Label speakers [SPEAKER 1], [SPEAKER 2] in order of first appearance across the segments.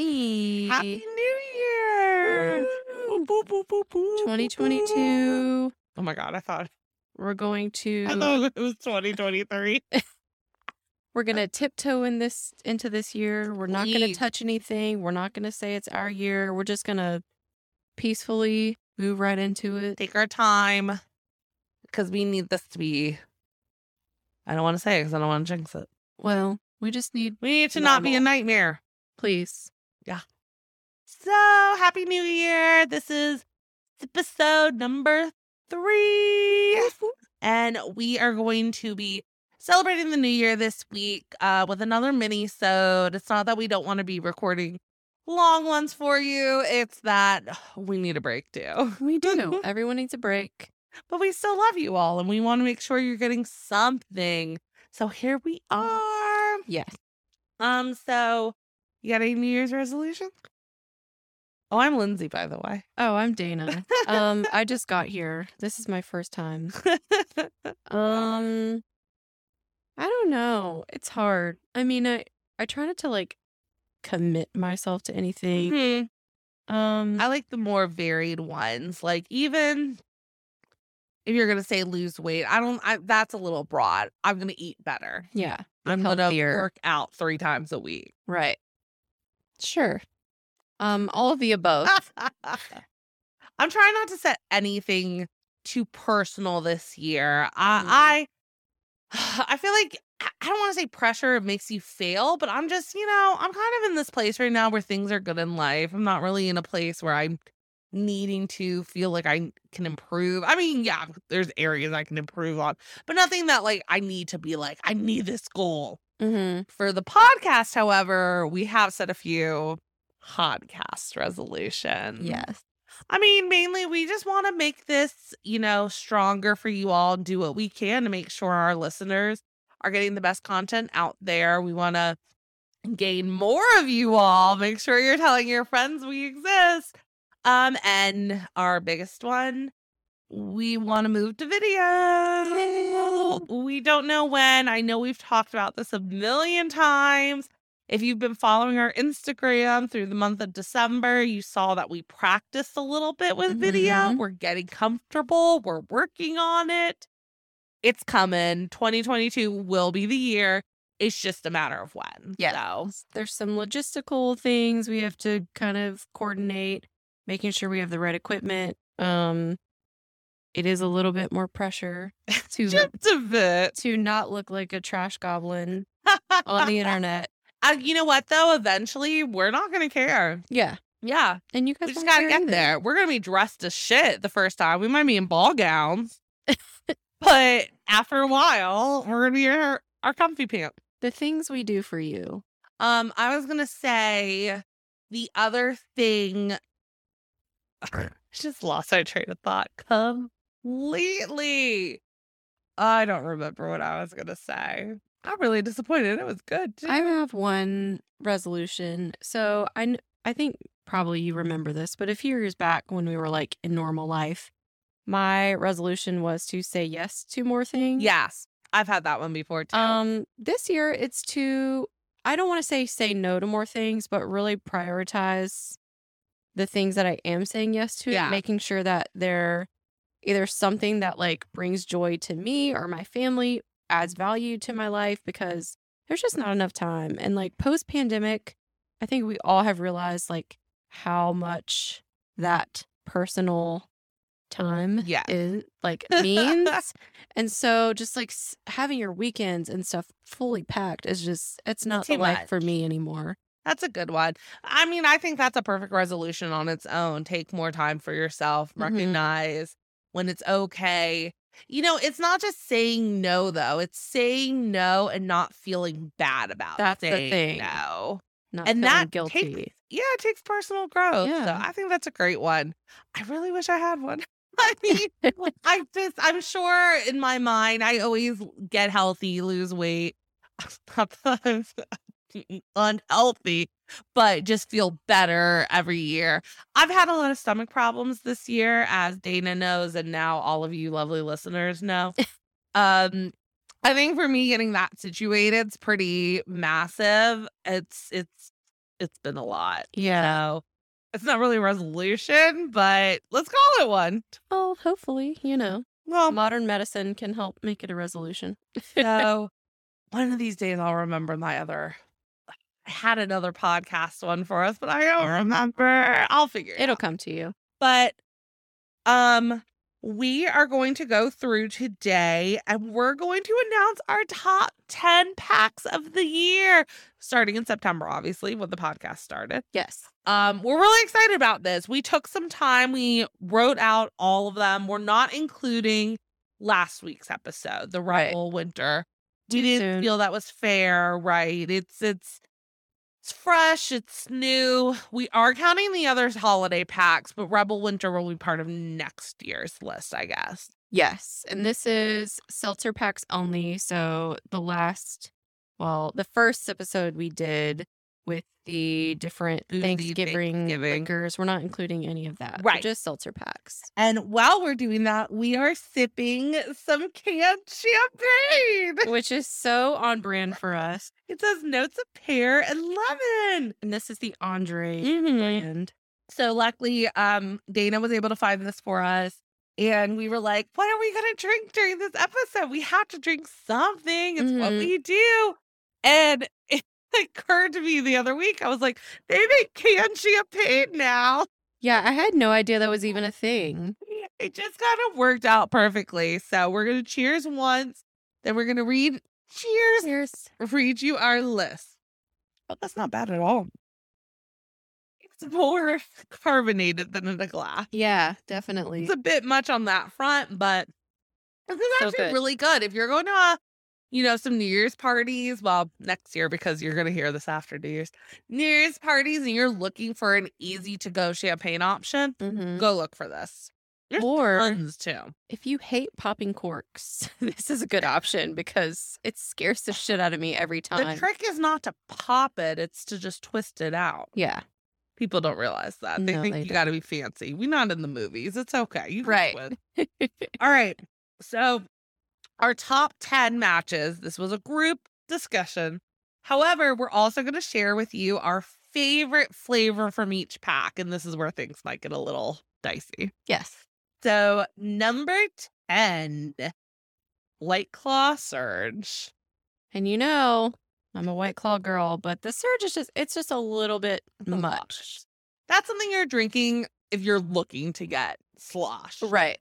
[SPEAKER 1] Happy
[SPEAKER 2] happy
[SPEAKER 1] New Year! Boop, boop, boop, boop, boop, boop.
[SPEAKER 2] 2022.
[SPEAKER 1] Oh my God, I thought
[SPEAKER 2] We're going to
[SPEAKER 1] I thought it was 2023.
[SPEAKER 2] we're going to tiptoe in this into this year. We're not going to
[SPEAKER 1] Please.
[SPEAKER 2] touch anything. We're not going to say it's our year. We're just going to peacefully move right into it.
[SPEAKER 1] Take our time because we need this to be. I don't want to say it because I don't want to jinx it.
[SPEAKER 2] Well, we just need
[SPEAKER 1] We need it to not be a
[SPEAKER 2] Normal.
[SPEAKER 1] nightmare.
[SPEAKER 2] please.
[SPEAKER 1] So, happy new year. This is episode number three. And we are going to be celebrating the new year this week uh, with another mini sode. It's not that we don't want to be recording long ones for you, it's that we need a break too.
[SPEAKER 2] We do. Everyone needs a break.
[SPEAKER 1] But we still love you all and we want to make sure you're getting something. So here we are.
[SPEAKER 2] Mm. Yes.
[SPEAKER 1] Um, so you got any New Year's resolution? Oh, I'm Lindsay, by the way.
[SPEAKER 2] Oh, I'm Dana. Um, I just got here. This is my first time. Um, I don't know. It's hard. I mean, I I try not to like commit myself to anything.
[SPEAKER 1] Hmm.
[SPEAKER 2] Um,
[SPEAKER 1] I like the more varied ones. Like even if you're gonna say lose weight, I don't. I, that's a little broad. I'm gonna eat better.
[SPEAKER 2] yeah,
[SPEAKER 1] I'm
[SPEAKER 2] healthier.
[SPEAKER 1] gonna work out three times a week.
[SPEAKER 2] right. Sure. Um, all of the above.
[SPEAKER 1] I'm trying not to set anything too personal this year. I, I, I feel like I I don't want to say pressure makes you fail, but I'm just, you know, I'm kind of in this place right now where things are good in life. I'm not really in a place where I'm needing to feel like I can improve. I mean, yeah, there's areas I can improve on, but nothing that like I need to be like, I need this goal.
[SPEAKER 2] Mm-hmm.
[SPEAKER 1] For the podcast, however, we have set a few podcast resolutions.
[SPEAKER 2] Yes.
[SPEAKER 1] I mean, mainly we just want to make this, you know, stronger for you all and do what we can to make sure our listeners are getting the best content out there. We want to gain more of you all. Make sure you're telling your friends we exist. Um, and our biggest one, we want to move to video. We don't know when. I know we've talked about this a million times. If you've been following our Instagram through the month of December, you saw that we practiced a little bit with video.
[SPEAKER 2] Mhm.
[SPEAKER 1] We're getting comfortable, we're working on it. It's coming. 2022 will be the year. It's just a matter of when.
[SPEAKER 2] Yes.
[SPEAKER 1] So,
[SPEAKER 2] There's some logistical things we have to kind of coordinate, making sure we have the right equipment. Um, it is a little bit more pressure to
[SPEAKER 1] just a bit.
[SPEAKER 2] to not look like a trash goblin on the internet.
[SPEAKER 1] Uh, you know what, though? Eventually, we're not going to care.
[SPEAKER 2] Yeah,
[SPEAKER 1] Yeah.
[SPEAKER 2] and you guys
[SPEAKER 1] we just
[SPEAKER 2] won't
[SPEAKER 1] got to
[SPEAKER 2] care
[SPEAKER 1] get
[SPEAKER 2] either.
[SPEAKER 1] there. We're going to be dressed as shit the first time. We might be in ball gowns. but after a while, we're going to be in our, our comfy pants.
[SPEAKER 2] The things we do for you.
[SPEAKER 1] Um, I was gonna say the other thing. I just lost my train of thought completely. I don't remember what I was gonna say. I'm really disappointed. It was good. too.
[SPEAKER 2] I have one resolution. So I, kn- I think probably you remember this, but a few years back when we were like in normal life, my resolution was to say yes to more things.
[SPEAKER 1] yes, I've had that one before too.
[SPEAKER 2] Um, this year it's to I don't want to say say no to more things, but really prioritize the things that I am saying yes to, and
[SPEAKER 1] Yeah.
[SPEAKER 2] making sure that they're either something that like brings joy to me or my family, adds value to my life because there's just not enough time. And like post pandemic, I think we all have realized like how much that personal time
[SPEAKER 1] Yeah.
[SPEAKER 2] is like means and so just like s- having your weekends and stuff fully packed is just, it's not the
[SPEAKER 1] Too
[SPEAKER 2] life for me anymore.
[SPEAKER 1] That's a good one. I mean, I think that's a perfect resolution on its own. Take more time for yourself,
[SPEAKER 2] Mhm.
[SPEAKER 1] recognize when it's okay. You know, it's not just saying no, though, it's saying no and not feeling bad about
[SPEAKER 2] That's the
[SPEAKER 1] saying
[SPEAKER 2] thing.
[SPEAKER 1] no.
[SPEAKER 2] Not
[SPEAKER 1] And
[SPEAKER 2] feeling
[SPEAKER 1] that
[SPEAKER 2] guilty.
[SPEAKER 1] takes- Yeah, it takes personal growth.
[SPEAKER 2] Yeah.
[SPEAKER 1] So I think that's a great one. I really wish I had one. I mean, I just, I'm sure in my mind, I always get healthy, lose weight. Not that I'm unhealthy, but just feel better every year. I've had a lot of stomach problems this year, as Dana knows, and now all of you lovely listeners know. um, I think for me, getting that situated is pretty massive. It's it's it's been a lot.
[SPEAKER 2] Yeah.
[SPEAKER 1] So it's not really a resolution, but let's call it one.
[SPEAKER 2] Well, hopefully, you know,
[SPEAKER 1] Well,
[SPEAKER 2] modern medicine can help make it a resolution.
[SPEAKER 1] so one of these days I'll remember my other. I had another podcast one for us, but I don't remember. I'll figure it
[SPEAKER 2] It'll come to you.
[SPEAKER 1] but um we are going to go through today and we're going to announce our top 10 packs of the year starting in September obviously when the podcast started.
[SPEAKER 2] Yes.
[SPEAKER 1] Um we're really excited about this. We took some time, we wrote out all of them. We're not including last week's episode, the
[SPEAKER 2] Right.
[SPEAKER 1] Rumble Winter. We
[SPEAKER 2] Too
[SPEAKER 1] didn't
[SPEAKER 2] soon.
[SPEAKER 1] feel that was fair, right? It's it's it's fresh, it's new. We are counting the other holiday packs, but Rebel Winter will be part of next year's list, I guess.
[SPEAKER 2] Yes. And this is seltzer packs only. So the last, well, the first episode we did with the different
[SPEAKER 1] Boozy
[SPEAKER 2] Thanksgiving,
[SPEAKER 1] Thanksgiving.
[SPEAKER 2] liquors, we're not including any of that.
[SPEAKER 1] Right.
[SPEAKER 2] Just seltzer packs.
[SPEAKER 1] And while we're doing that, we are sipping some canned champagne.
[SPEAKER 2] which is so on brand for us.
[SPEAKER 1] It says notes of pear and lemon.
[SPEAKER 2] And this is the Andre
[SPEAKER 1] Mm-hmm.
[SPEAKER 2] brand.
[SPEAKER 1] So luckily, um, Dana was able to find this for us. And we were like, what are we going to drink during this episode? We have to drink something. It's what
[SPEAKER 2] Mhm.
[SPEAKER 1] we do. And it occurred to me the other week, I was like, they make canned champagne now.
[SPEAKER 2] Yeah, I had no idea that was even a thing.
[SPEAKER 1] It just kind of worked out perfectly. So we're going to cheers once. Then we're going to read, cheers,
[SPEAKER 2] Here's
[SPEAKER 1] read you our list. Oh, that's not bad at all. It's more carbonated than in a glass.
[SPEAKER 2] yeah, definitely.
[SPEAKER 1] It's a bit much on that front, but this is
[SPEAKER 2] So
[SPEAKER 1] actually
[SPEAKER 2] good.
[SPEAKER 1] really good. If you're going to, uh, you know, some New Year's parties, well, next year because you're going to hear this after New Year's, New Year's parties, and you're looking for an easy to go champagne option,
[SPEAKER 2] Mhm.
[SPEAKER 1] go look for this. There's
[SPEAKER 2] Or
[SPEAKER 1] tons too.
[SPEAKER 2] if you hate popping corks, this is a good option because it scares the shit out of me every
[SPEAKER 1] The
[SPEAKER 2] time.
[SPEAKER 1] trick is not to pop it; it's to just twist it out.
[SPEAKER 2] yeah,
[SPEAKER 1] People don't realize that. They
[SPEAKER 2] No,
[SPEAKER 1] think
[SPEAKER 2] they
[SPEAKER 1] you
[SPEAKER 2] don't.
[SPEAKER 1] got to be fancy. We're not in the movies. It's okay. You can
[SPEAKER 2] Right.
[SPEAKER 1] twist. All right. So our top 10 matches. This was a group discussion. However, we're also going to share with you our favorite flavor from each pack. And this is where things might get a little dicey.
[SPEAKER 2] yes.
[SPEAKER 1] So, number 10, White Claw Surge.
[SPEAKER 2] And you know, I'm a white claw girl, but the surge is just it's just a little bit
[SPEAKER 1] a lot.
[SPEAKER 2] much.
[SPEAKER 1] That's something you're drinking if you're looking to get slosh.
[SPEAKER 2] Right.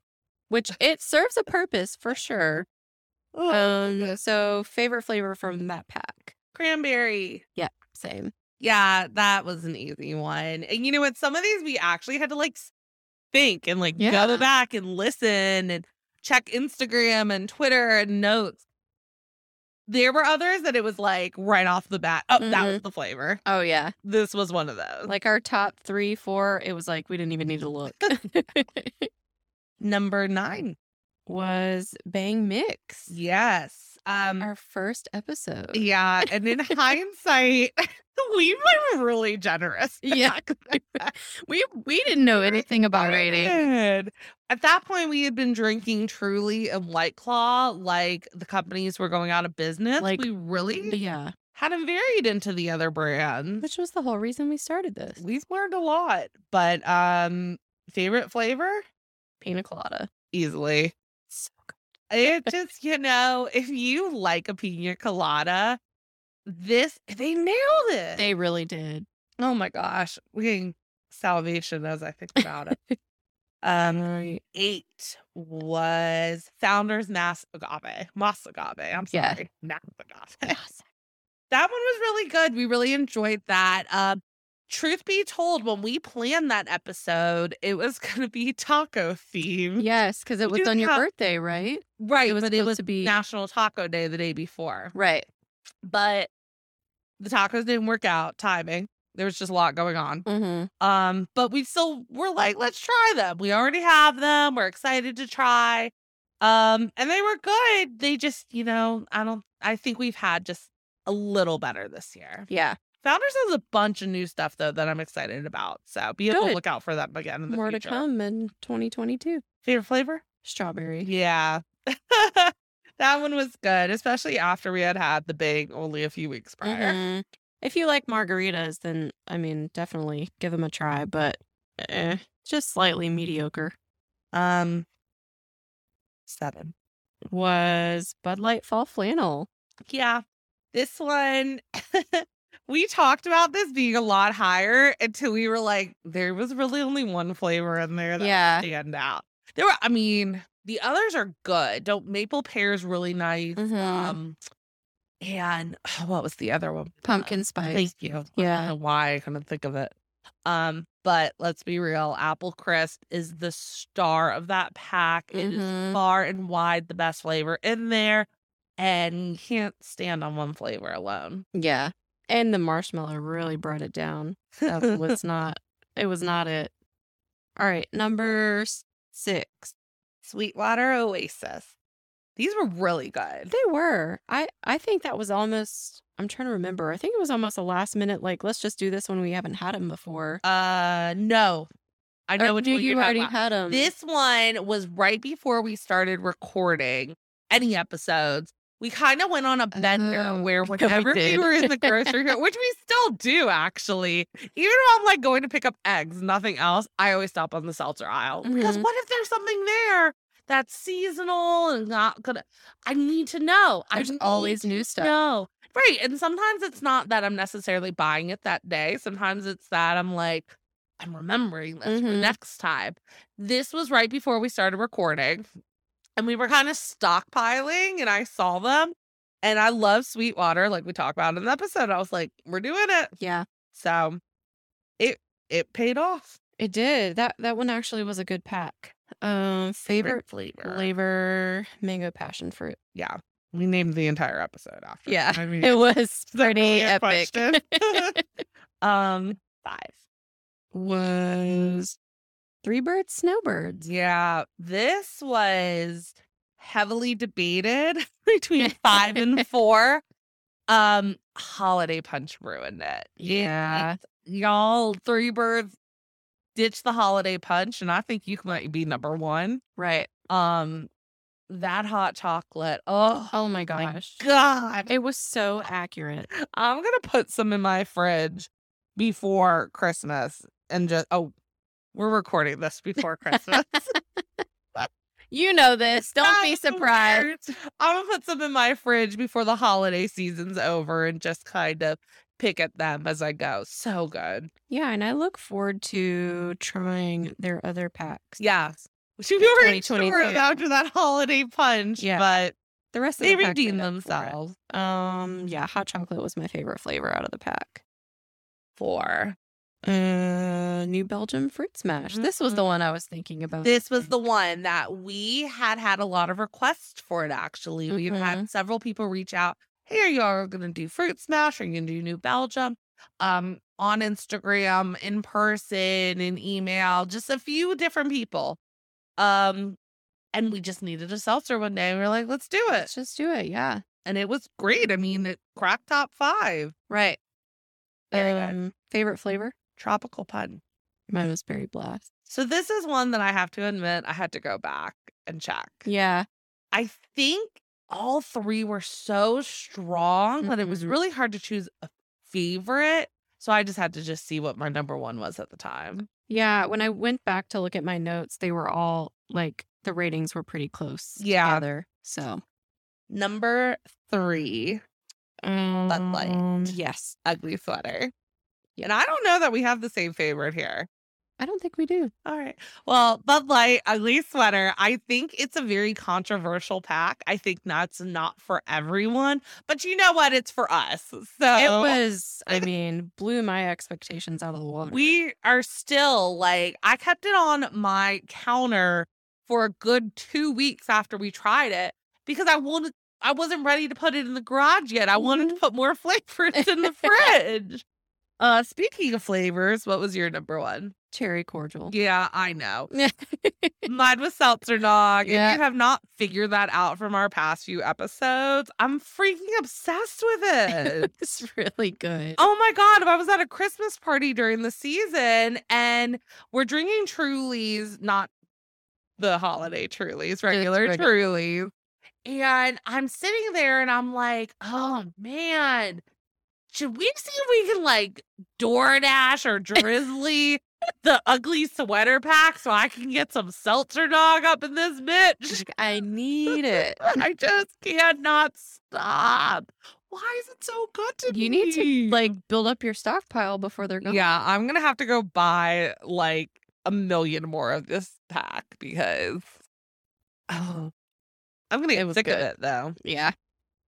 [SPEAKER 2] Which it serves a purpose for sure. Um so favorite flavor from that pack.
[SPEAKER 1] Cranberry.
[SPEAKER 2] Same.
[SPEAKER 1] Yeah, that was an easy one. And you know what? Some of these we actually had to like s- think and like
[SPEAKER 2] Yeah.
[SPEAKER 1] go back and listen and check Instagram and Twitter and notes. There were others that it was like right off the bat. Oh, that was the flavor.
[SPEAKER 2] Oh yeah.
[SPEAKER 1] This was one of those.
[SPEAKER 2] Like our top 3 4, it was like we didn't even need to look.
[SPEAKER 1] number nine.
[SPEAKER 2] was Bang Mix.
[SPEAKER 1] Yes. Um
[SPEAKER 2] Our first episode.
[SPEAKER 1] yeah. And in hindsight, we were really generous.
[SPEAKER 2] Yeah. we we didn't know anything about rating.
[SPEAKER 1] Good. At that point, we had been drinking Truly and White Claw, like the companies were going out of business.
[SPEAKER 2] Like-
[SPEAKER 1] we really
[SPEAKER 2] Yeah.
[SPEAKER 1] hadn't varied into the other brands.
[SPEAKER 2] Which was the whole reason we started this.
[SPEAKER 1] We've learned a lot, but um, favorite flavor
[SPEAKER 2] Pina colada.
[SPEAKER 1] easily.
[SPEAKER 2] So
[SPEAKER 1] It just you know, if you like a pina colada, this they nailed it.
[SPEAKER 2] They really did.
[SPEAKER 1] oh my gosh, we getting salvation as I think about it. um,
[SPEAKER 2] Right.
[SPEAKER 1] eight was Founders Mass Agave. Mas Agave. I'm
[SPEAKER 2] Yeah.
[SPEAKER 1] sorry. Mass Agave. That one was really good. We really enjoyed that. Um, truth be told, when we planned that episode, it was going to be taco themed.
[SPEAKER 2] Yes, because it was
[SPEAKER 1] do
[SPEAKER 2] on your
[SPEAKER 1] have-
[SPEAKER 2] birthday, right?
[SPEAKER 1] Right.
[SPEAKER 2] It was
[SPEAKER 1] but it
[SPEAKER 2] supposed
[SPEAKER 1] was
[SPEAKER 2] to be
[SPEAKER 1] National Taco Day the day before.
[SPEAKER 2] right.
[SPEAKER 1] But the tacos didn't work out, timing. There was just a lot going on.
[SPEAKER 2] Mm-hmm.
[SPEAKER 1] Um, but we still were like, let's try them. We already have them. We're excited to try. Um, and they were good. They just, you know, I don't I think we've had just a little better this year.
[SPEAKER 2] Yeah,
[SPEAKER 1] Founders has a bunch of new stuff though that I'm excited about. So be on the
[SPEAKER 2] Good.
[SPEAKER 1] lookout for them again. In the
[SPEAKER 2] more
[SPEAKER 1] future.
[SPEAKER 2] to come in 2022.
[SPEAKER 1] Favorite flavor?
[SPEAKER 2] Strawberry.
[SPEAKER 1] Yeah. that one was good, especially after we had had the bang only a few weeks prior.
[SPEAKER 2] Mhm. If you like margaritas, then I mean, definitely give them a try, but eh, just slightly mediocre. Mm-hmm.
[SPEAKER 1] Um, seven.
[SPEAKER 2] Was Bud Light Fall Flannel.
[SPEAKER 1] Yeah. This one, we talked about this being a lot higher until we were like, there was really only one flavor in there that
[SPEAKER 2] Yeah.
[SPEAKER 1] stand out. There were, I mean, the others are good. Don't maple pear is really nice.
[SPEAKER 2] Mhm.
[SPEAKER 1] Um, and what was the other one?
[SPEAKER 2] Pumpkin spice.
[SPEAKER 1] Thank you. I don't
[SPEAKER 2] Yeah.
[SPEAKER 1] know why I couldn't think of it. Um, but let's be real, apple crisp is the star of that pack. It is
[SPEAKER 2] Mhm.
[SPEAKER 1] far and wide the best flavor in there, and you can't stand on one flavor alone.
[SPEAKER 2] Yeah. And the marshmallow really brought it down. That was not, it was not it. All right. Number s- six.
[SPEAKER 1] Sweetwater Oasis. These were really good.
[SPEAKER 2] They were. I, I think that was almost, I'm trying to remember. I think it was almost a last minute, like, let's just do this when we haven't had them before.
[SPEAKER 1] Uh, no, I
[SPEAKER 2] Or
[SPEAKER 1] know which
[SPEAKER 2] knew
[SPEAKER 1] one
[SPEAKER 2] you
[SPEAKER 1] you're
[SPEAKER 2] already
[SPEAKER 1] talking about.
[SPEAKER 2] had them.
[SPEAKER 1] This one was right before we started recording any episodes. We kind of went on a bender
[SPEAKER 2] Oh,
[SPEAKER 1] where
[SPEAKER 2] we
[SPEAKER 1] whenever we,
[SPEAKER 2] did.
[SPEAKER 1] were in the grocery store, which we still do actually, even if I'm like going to pick up eggs, nothing else, I always stop on the seltzer aisle because
[SPEAKER 2] Mhm.
[SPEAKER 1] what if there's something there that's seasonal and not gonna? I need to know.
[SPEAKER 2] There's
[SPEAKER 1] I need
[SPEAKER 2] always new stuff.
[SPEAKER 1] no. Right. And sometimes it's not that I'm necessarily buying it that day. Sometimes it's that I'm like, I'm remembering this for
[SPEAKER 2] Mhm.
[SPEAKER 1] next time. This was right before we started recording. And we were kind of stockpiling and I saw them. And I love Sweetwater, like we talked about in the episode. I was like, we're doing it.
[SPEAKER 2] Yeah.
[SPEAKER 1] So it it paid off.
[SPEAKER 2] It did. That that one actually was a good pack. Um favorite
[SPEAKER 1] flavor.
[SPEAKER 2] flavor mango passion fruit.
[SPEAKER 1] Yeah. We named the entire episode after. it.
[SPEAKER 2] Yeah.
[SPEAKER 1] I mean,
[SPEAKER 2] It was
[SPEAKER 1] it's a
[SPEAKER 2] pretty
[SPEAKER 1] weird
[SPEAKER 2] epic.
[SPEAKER 1] question. um five.
[SPEAKER 2] was Three Birds Snowbirds.
[SPEAKER 1] Yeah, this was heavily debated between five and four. Um, holiday punch ruined it.
[SPEAKER 2] Yeah.
[SPEAKER 1] Y'all, three birds ditch the holiday punch, and I think you might be number one.
[SPEAKER 2] Right.
[SPEAKER 1] Um, that hot chocolate. Oh
[SPEAKER 2] Oh my
[SPEAKER 1] my
[SPEAKER 2] gosh.
[SPEAKER 1] god.
[SPEAKER 2] It was so accurate.
[SPEAKER 1] I'm gonna put some in my fridge before Christmas and just oh, we're recording this before Christmas.
[SPEAKER 2] You know this. Don't be
[SPEAKER 1] That's the
[SPEAKER 2] surprised.
[SPEAKER 1] worst. I'm gonna put some in my fridge before the holiday season's over and just kind of pick at them as I go. So good.
[SPEAKER 2] Yeah, and I look forward to trying their other packs.
[SPEAKER 1] Yeah. We should
[SPEAKER 2] The
[SPEAKER 1] be already
[SPEAKER 2] 2022.
[SPEAKER 1] short after that holiday punch,
[SPEAKER 2] Yeah.
[SPEAKER 1] but
[SPEAKER 2] The rest of
[SPEAKER 1] they
[SPEAKER 2] the packs
[SPEAKER 1] redeem
[SPEAKER 2] made up for it.
[SPEAKER 1] themselves.
[SPEAKER 2] Um yeah, hot chocolate was my favorite flavor out of the pack.
[SPEAKER 1] For
[SPEAKER 2] Uh, New Belgium Fruit Smash. This was the one I was thinking about.
[SPEAKER 1] this was the one that we had had a lot of requests for it. Actually, we've had several people reach out. Hey, are you all going to do fruit smash? Are you going to do New Belgium? Um, on Instagram, in person, in email, just a few different people. Um, and we just needed a seltzer one day, and we were like, let's do
[SPEAKER 2] Let's
[SPEAKER 1] it,
[SPEAKER 2] just do it. Yeah.
[SPEAKER 1] and it was great. I mean, it cracked top five.
[SPEAKER 2] Right.
[SPEAKER 1] Very good.
[SPEAKER 2] um, favorite flavor?
[SPEAKER 1] Tropical pun.
[SPEAKER 2] Mine was berry blast.
[SPEAKER 1] So this is one that I have to admit I had to go back and check.
[SPEAKER 2] Yeah.
[SPEAKER 1] I think all three were so strong that it was
[SPEAKER 2] Mhm.
[SPEAKER 1] really hard to choose a favorite. So I just had to just see what my number one was at the time.
[SPEAKER 2] Yeah. When I went back to look at my notes, they were all like the ratings were pretty close
[SPEAKER 1] Yeah.
[SPEAKER 2] together. So
[SPEAKER 1] Number three,
[SPEAKER 2] um,
[SPEAKER 1] Light.
[SPEAKER 2] Yes.
[SPEAKER 1] ugly sweater. And I don't know that we have the same favorite here.
[SPEAKER 2] I don't think we do.
[SPEAKER 1] All right. Well, Bud Light, ugly sweater. I think it's a very controversial pack. I think that's not for everyone, but you know what? It's for us. So
[SPEAKER 2] It was, I mean, blew my expectations out of the water.
[SPEAKER 1] we are still like I kept it on my counter for a good two weeks after we tried it because I wanted I wasn't ready to put it in the garage yet. I wanted to
[SPEAKER 2] Mm-hmm.
[SPEAKER 1] put more flavors in the fridge. Uh speaking of flavors, what was your number one?
[SPEAKER 2] Cherry cordial.
[SPEAKER 1] Yeah, I know. Mine was seltzer nog.
[SPEAKER 2] Mm-hmm. Yeah.
[SPEAKER 1] If you have not figured that out from our past few episodes, I'm freaking obsessed with it.
[SPEAKER 2] it's really good.
[SPEAKER 1] Oh my God. If I was at a Christmas party during the season and we're drinking Trulies, not the holiday Trulies, regular
[SPEAKER 2] regular.
[SPEAKER 1] Trulies. And I'm sitting there and I'm like, oh man, should we see if we can like DoorDash or Drizzly the ugly sweater pack so I can get some seltzer dog up in this bitch?
[SPEAKER 2] I need it.
[SPEAKER 1] I just cannot stop. Why is it so good to
[SPEAKER 2] You need to
[SPEAKER 1] me?
[SPEAKER 2] like build up your stockpile before they're gone.
[SPEAKER 1] Yeah, I'm gonna have to go buy like a million more of this pack because oh, I'm gonna
[SPEAKER 2] It
[SPEAKER 1] get
[SPEAKER 2] was
[SPEAKER 1] sick of
[SPEAKER 2] good.
[SPEAKER 1] it though.
[SPEAKER 2] Yeah.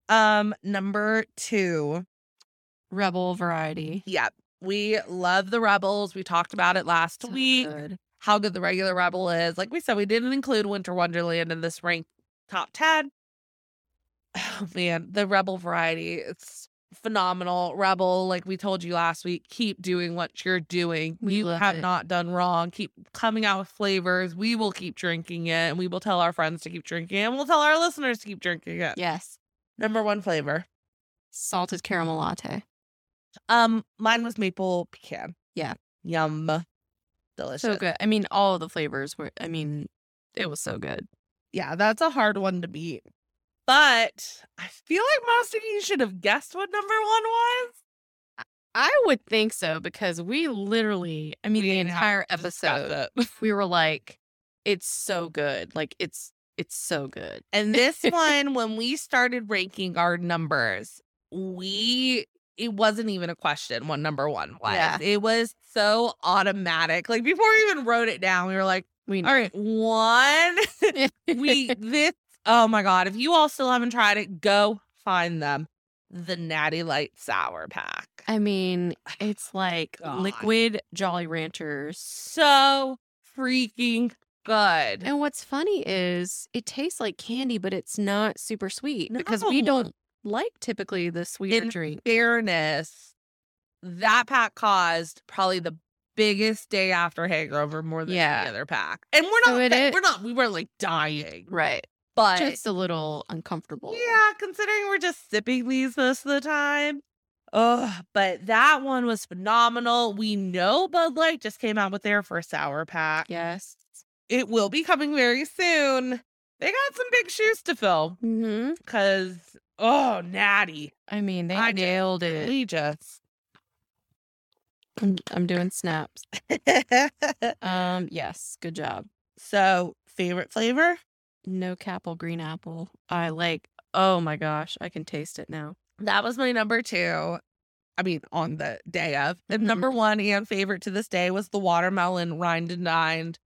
[SPEAKER 1] Um, number two.
[SPEAKER 2] Rebel variety.
[SPEAKER 1] Yeah, we love the rebels. We talked about it last
[SPEAKER 2] So
[SPEAKER 1] week.
[SPEAKER 2] good.
[SPEAKER 1] How good the regular rebel is. Like we said, we didn't include Winter Wonderland in this rank top ten. Oh man, the rebel variety. It's phenomenal. Rebel, like we told you last week, keep doing what you're doing.
[SPEAKER 2] We
[SPEAKER 1] you
[SPEAKER 2] love
[SPEAKER 1] have
[SPEAKER 2] it.
[SPEAKER 1] not done wrong. Keep coming out with flavors. We will keep drinking it and we will tell our friends to keep drinking it. And we'll tell our listeners to keep drinking it.
[SPEAKER 2] Yes.
[SPEAKER 1] Number one flavor.
[SPEAKER 2] Salted caramel latte.
[SPEAKER 1] Um, mine was maple pecan.
[SPEAKER 2] Yeah.
[SPEAKER 1] Yum. Delicious.
[SPEAKER 2] So good. I mean, all of the flavors were, I mean, it was so good.
[SPEAKER 1] Yeah, that's a hard one to beat. But I feel like most of you should have guessed what number one was.
[SPEAKER 2] I would think so because we literally, I mean,
[SPEAKER 1] We
[SPEAKER 2] the
[SPEAKER 1] didn't have
[SPEAKER 2] entire
[SPEAKER 1] to discuss
[SPEAKER 2] episode,
[SPEAKER 1] it.
[SPEAKER 2] we were like, it's so good. Like, it's, it's so good.
[SPEAKER 1] And this one, when we started ranking our numbers, we it wasn't even a question what number one was.
[SPEAKER 2] Yeah.
[SPEAKER 1] It was so automatic. Like before we even wrote it down, we were like,
[SPEAKER 2] We
[SPEAKER 1] all right, one. we this oh my god if you all still haven't tried it go find them the natty light sour pack
[SPEAKER 2] I mean, it's like
[SPEAKER 1] God.
[SPEAKER 2] liquid Jolly Ranchers.
[SPEAKER 1] so freaking good
[SPEAKER 2] And what's funny is it tastes like candy, but it's not super sweet because we
[SPEAKER 1] No.
[SPEAKER 2] don't like typically the sweeter
[SPEAKER 1] In
[SPEAKER 2] drink.
[SPEAKER 1] fairness that pack caused probably the biggest day after hangover more than
[SPEAKER 2] Yeah.
[SPEAKER 1] any other pack and we're not
[SPEAKER 2] So it
[SPEAKER 1] fa-
[SPEAKER 2] is-
[SPEAKER 1] we're not we were like dying
[SPEAKER 2] Right.
[SPEAKER 1] but
[SPEAKER 2] Just a little uncomfortable.
[SPEAKER 1] Yeah, considering we're just sipping these most of the time. Oh, but that one was phenomenal. We know Bud Light just came out with their first sour pack.
[SPEAKER 2] Yes.
[SPEAKER 1] It will be coming very soon. They got some big shoes to fill
[SPEAKER 2] hmm
[SPEAKER 1] because, oh, natty.
[SPEAKER 2] I mean, they
[SPEAKER 1] Mm-hmm. I just-
[SPEAKER 2] nailed it.
[SPEAKER 1] We just.
[SPEAKER 2] I'm, I'm doing snaps.
[SPEAKER 1] Uh,
[SPEAKER 2] Um, yes. Good job.
[SPEAKER 1] so, favorite flavor?
[SPEAKER 2] No capel green apple. I like. Oh my gosh, I can taste it now.
[SPEAKER 1] That was my number two. I mean, on the day of. And
[SPEAKER 2] Mhm.
[SPEAKER 1] number one and favorite to this day was the watermelon rind and dined.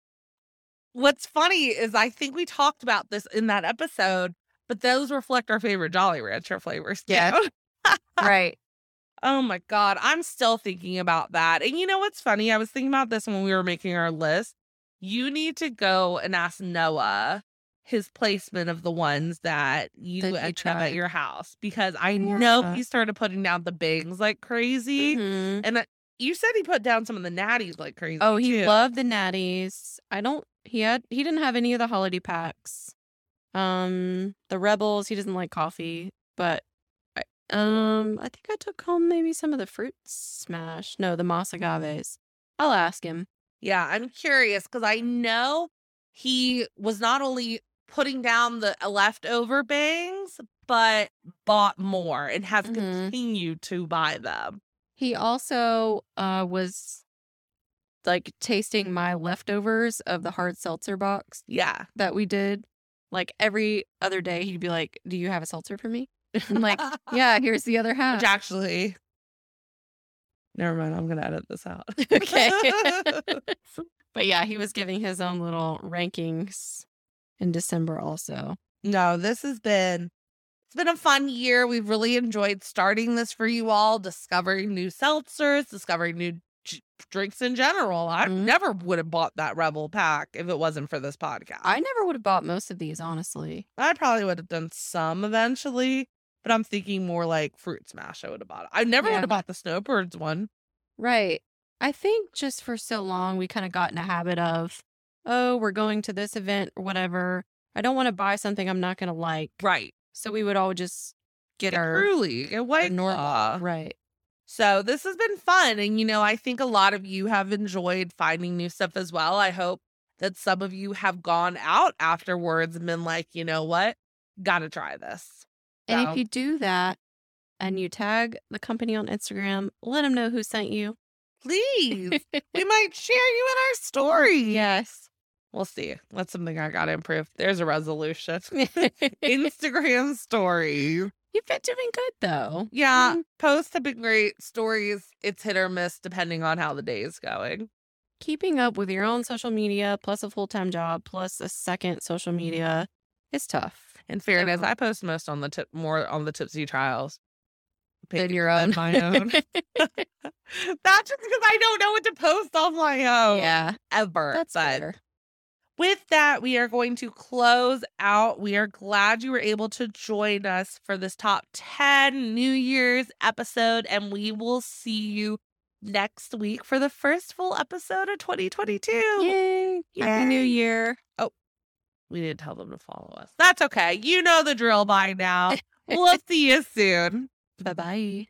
[SPEAKER 1] What's funny is I think we talked about this in that episode, but those reflect our favorite Jolly Rancher flavors. too.
[SPEAKER 2] Yeah. Right.
[SPEAKER 1] Oh my God. I'm still thinking about that. And you know what's funny? I was thinking about this when we were making our list. You need to go and ask Noah his placement of the ones that you
[SPEAKER 2] That you
[SPEAKER 1] ended up at
[SPEAKER 2] tried.
[SPEAKER 1] your house because I
[SPEAKER 2] Yeah.
[SPEAKER 1] know he started putting down the bings like crazy.
[SPEAKER 2] Mhm.
[SPEAKER 1] And I- you said he put down some of the natties like crazy.
[SPEAKER 2] Oh, he
[SPEAKER 1] too.
[SPEAKER 2] loved the natties. I don't. He had. He didn't have any of the holiday packs. Um, the rebels. He doesn't like coffee, but I, um, I think I took home maybe some of the fruit smash. No, the moss agaves. I'll ask him.
[SPEAKER 1] Yeah, I'm curious because I know he was not only putting down the uh, leftover bangs, but bought more and has
[SPEAKER 2] Mhm.
[SPEAKER 1] continued to buy them.
[SPEAKER 2] He also uh was like tasting my leftovers of the hard seltzer box
[SPEAKER 1] Yeah.
[SPEAKER 2] that we did. Like every other day, he'd be like, "Do you have a seltzer for me?" I'm like, "Yeah, here's the other half."
[SPEAKER 1] Which actually, never mind. I'm going to edit this out.
[SPEAKER 2] Okay. But yeah, he was giving his own little rankings in December also.
[SPEAKER 1] No, this has been it's been a fun year. We've really enjoyed starting this for you all, discovering new seltzers, discovering new j- drinks in general. I
[SPEAKER 2] Mhm.
[SPEAKER 1] never would have bought that Rebel pack if it wasn't for this podcast.
[SPEAKER 2] I never would have bought most of these, honestly.
[SPEAKER 1] I probably would have done some eventually, but I'm thinking more like fruit smash. I would have bought. I never
[SPEAKER 2] Yeah.
[SPEAKER 1] would have bought the snowbirds one.
[SPEAKER 2] Right. I think just for so long, we kind of got in a habit of, oh, we're going to this event or whatever. I don't want to buy something I'm not going to like.
[SPEAKER 1] Right.
[SPEAKER 2] So we would all just get our.
[SPEAKER 1] Truly, uh, a white
[SPEAKER 2] normal.
[SPEAKER 1] claw.
[SPEAKER 2] Right.
[SPEAKER 1] So this has been fun. And, you know, I think a lot of you have enjoyed finding new stuff as well. I hope that some of you have gone out afterwards and been like, you know what? Gotta try this.
[SPEAKER 2] And
[SPEAKER 1] So-
[SPEAKER 2] if you do that, and you tag the company on Instagram, let them know who sent you.
[SPEAKER 1] Please. we might share you in our story.
[SPEAKER 2] yes.
[SPEAKER 1] We'll see. That's something I got to improve. There's a resolution. Instagram story.
[SPEAKER 2] You've been doing good though.
[SPEAKER 1] Yeah.
[SPEAKER 2] Mm.
[SPEAKER 1] Posts have been great. Stories, it's hit or miss depending on how the day is going.
[SPEAKER 2] Keeping up with your own social media plus a full time job plus a second social
[SPEAKER 1] Mm-hmm.
[SPEAKER 2] media is tough.
[SPEAKER 1] In fairness,
[SPEAKER 2] Yeah.
[SPEAKER 1] I post most on the tip, more on the Tipsy Trials.
[SPEAKER 2] Than
[SPEAKER 1] page
[SPEAKER 2] your
[SPEAKER 1] than
[SPEAKER 2] own.
[SPEAKER 1] my own. That's just because I don't know what to post on my own
[SPEAKER 2] yeah,
[SPEAKER 1] ever.
[SPEAKER 2] that's
[SPEAKER 1] but
[SPEAKER 2] better.
[SPEAKER 1] with that, we are going to close out. We are glad you were able to join us for this top 10 New Year's episode, and we will see you next week for the first full episode of 2022.
[SPEAKER 2] Yay! Happy New
[SPEAKER 1] oh, Yay.
[SPEAKER 2] Year.
[SPEAKER 1] We didn't tell them to follow us. That's okay. You know the drill by now. we'll see you soon.
[SPEAKER 2] Bye bye.